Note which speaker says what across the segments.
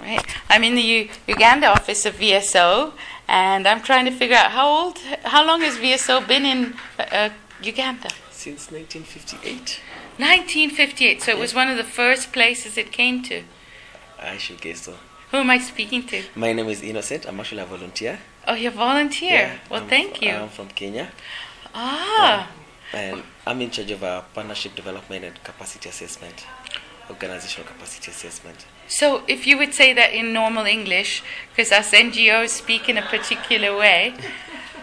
Speaker 1: Right. I'm in the U- Uganda office of VSO, and I'm trying to figure out how old, how long has VSO been in uh, uh, Uganda?
Speaker 2: Since 1958,
Speaker 1: 1958. So it was one of the first places it came to.
Speaker 2: I should guess so.
Speaker 1: Who am I speaking to?
Speaker 2: My name is Innocent. I'm actually a volunteer.
Speaker 1: Oh, you're a volunteer.
Speaker 2: Yeah,
Speaker 1: well,
Speaker 2: I'm
Speaker 1: thank
Speaker 2: fr-
Speaker 1: you.
Speaker 2: I'm from Kenya,
Speaker 1: ah.
Speaker 2: and I'm in charge of our partnership development and capacity assessment, organizational capacity assessment.
Speaker 1: So if you would say that in normal English, because us NGOs speak in a particular way,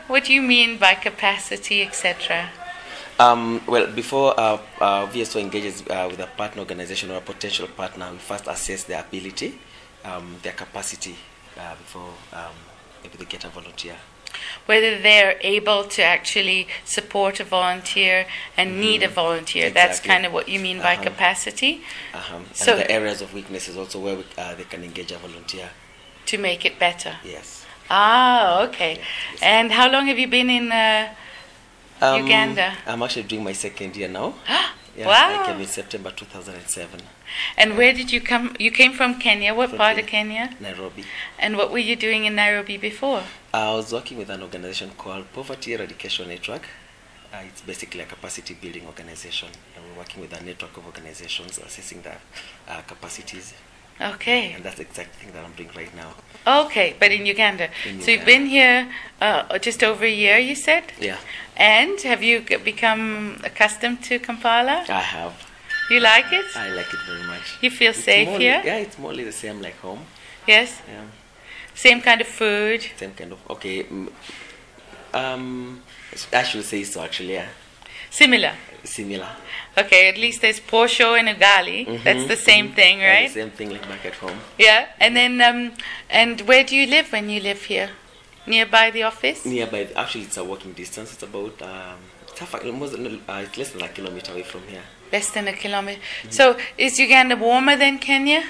Speaker 1: what do you mean by capacity, etc.?
Speaker 2: Um, well, before uh, uh, VSO engages uh, with a partner organization or a potential partner, we first assess their ability, um, their capacity uh, before um, maybe they get a volunteer.
Speaker 1: Whether they're able to actually support a volunteer and need a volunteer. That's
Speaker 2: Mm-hmm. Exactly.
Speaker 1: kind of what you mean by
Speaker 2: Uh-huh.
Speaker 1: capacity
Speaker 2: Uh-huh.
Speaker 1: So-
Speaker 2: and the areas of weakness is also where we, uh, they can engage a volunteer.
Speaker 1: to make it better.
Speaker 2: Yes.
Speaker 1: Ah, okay.
Speaker 2: Yeah, yes.
Speaker 1: And how long have you been in? Uh,
Speaker 2: Um,
Speaker 1: Uganda.
Speaker 2: I'm actually doing my second year now. Yes,
Speaker 1: wow.
Speaker 2: I came in September 2007,
Speaker 1: and where did you come? You came from Kenya. What
Speaker 2: From
Speaker 1: part of Kenya?
Speaker 2: Nairobi.
Speaker 1: And what were you doing in Nairobi before?
Speaker 2: I was working with an organization called Poverty Eradication Network. Uh, it's basically a capacity building organization, and we're working with a network of organizations assessing their uh, capacities,
Speaker 1: Okay.
Speaker 2: and that's the exact thing that I'm doing right now.
Speaker 1: Okay, but in Uganda.
Speaker 2: In
Speaker 1: so you've
Speaker 2: Uganda.
Speaker 1: been here uh, just over a year, you said?
Speaker 2: Yeah,
Speaker 1: And have you g- become accustomed to Kampala?
Speaker 2: I have.
Speaker 1: You like it?
Speaker 2: I like it very much.
Speaker 1: You feel
Speaker 2: It's
Speaker 1: safe
Speaker 2: more-
Speaker 1: here?
Speaker 2: Yeah, it's morely the same like home.
Speaker 1: Yes?
Speaker 2: Yeah.
Speaker 1: Same kind of food?
Speaker 2: Same kind of okay. mm, Um, I should say so actually. Yeah,
Speaker 1: Similar.
Speaker 2: similar.
Speaker 1: Okay, at least there's Porsche and Ugali. That's
Speaker 2: Mhm,
Speaker 1: the same
Speaker 2: mhm.
Speaker 1: thing,
Speaker 2: Yeah, the
Speaker 1: right?
Speaker 2: same thing like back at home.
Speaker 1: Yeah. And then, um, and where do you live when you live here? Nearby the office?
Speaker 2: Nearby, actually, it's a walking distance. It's about um, it's, half, a- almost, uh, it's less than a kilometer away from here.
Speaker 1: Less than a kilometer. So is Uganda warmer than Kenya,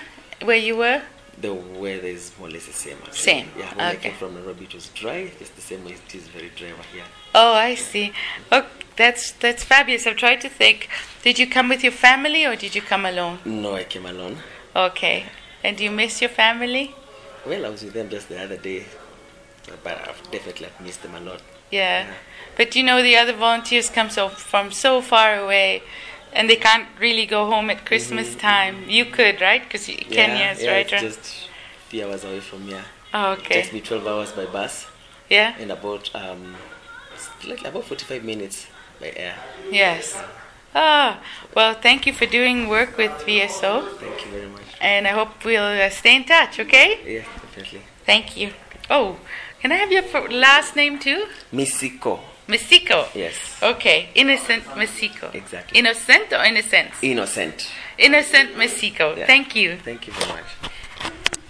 Speaker 1: where you were?
Speaker 2: The weather is more or less the same. Actually.
Speaker 1: Same,
Speaker 2: Yeah, when I
Speaker 1: okay.
Speaker 2: came from Nairobi, it was dry. It's the same way it is very dry over here.
Speaker 1: Oh, I see. Oh, that's that's fabulous. I'm trying to think. Did you come with your family or did you come alone?
Speaker 2: No, I came alone.
Speaker 1: Okay. And do you miss your family?
Speaker 2: Well, I was with them just the other day, but I've definitely have missed them a lot.
Speaker 1: Yeah.
Speaker 2: Yeah.
Speaker 1: But you know the other volunteers come so from so far away, and they can't really go home at Christmas time. You could, right? Because Kenya
Speaker 2: Mm-hmm, yeah,
Speaker 1: is
Speaker 2: yeah,
Speaker 1: right.
Speaker 2: It's
Speaker 1: around-
Speaker 2: just few hours away from here.
Speaker 1: oh,
Speaker 2: It takes
Speaker 1: okay.
Speaker 2: me 12 hours by bus
Speaker 1: Yeah.
Speaker 2: and about um, it's like about 45 minutes by air.
Speaker 1: Yes. Ah. Well, thank you for doing work with VSO,
Speaker 2: Thank you very much.
Speaker 1: and I hope we'll uh, stay in touch. Okay.
Speaker 2: Yeah, definitely.
Speaker 1: Thank you. Oh, can I have your fir- last name too?
Speaker 2: Misiko.
Speaker 1: Masico.
Speaker 2: Yes.
Speaker 1: Okay, innocent Masico.
Speaker 2: Exactly.
Speaker 1: Innocent or innocence?
Speaker 2: Innocent.
Speaker 1: Innocent Masico.
Speaker 2: Yeah.
Speaker 1: Thank you.
Speaker 2: Thank you very much.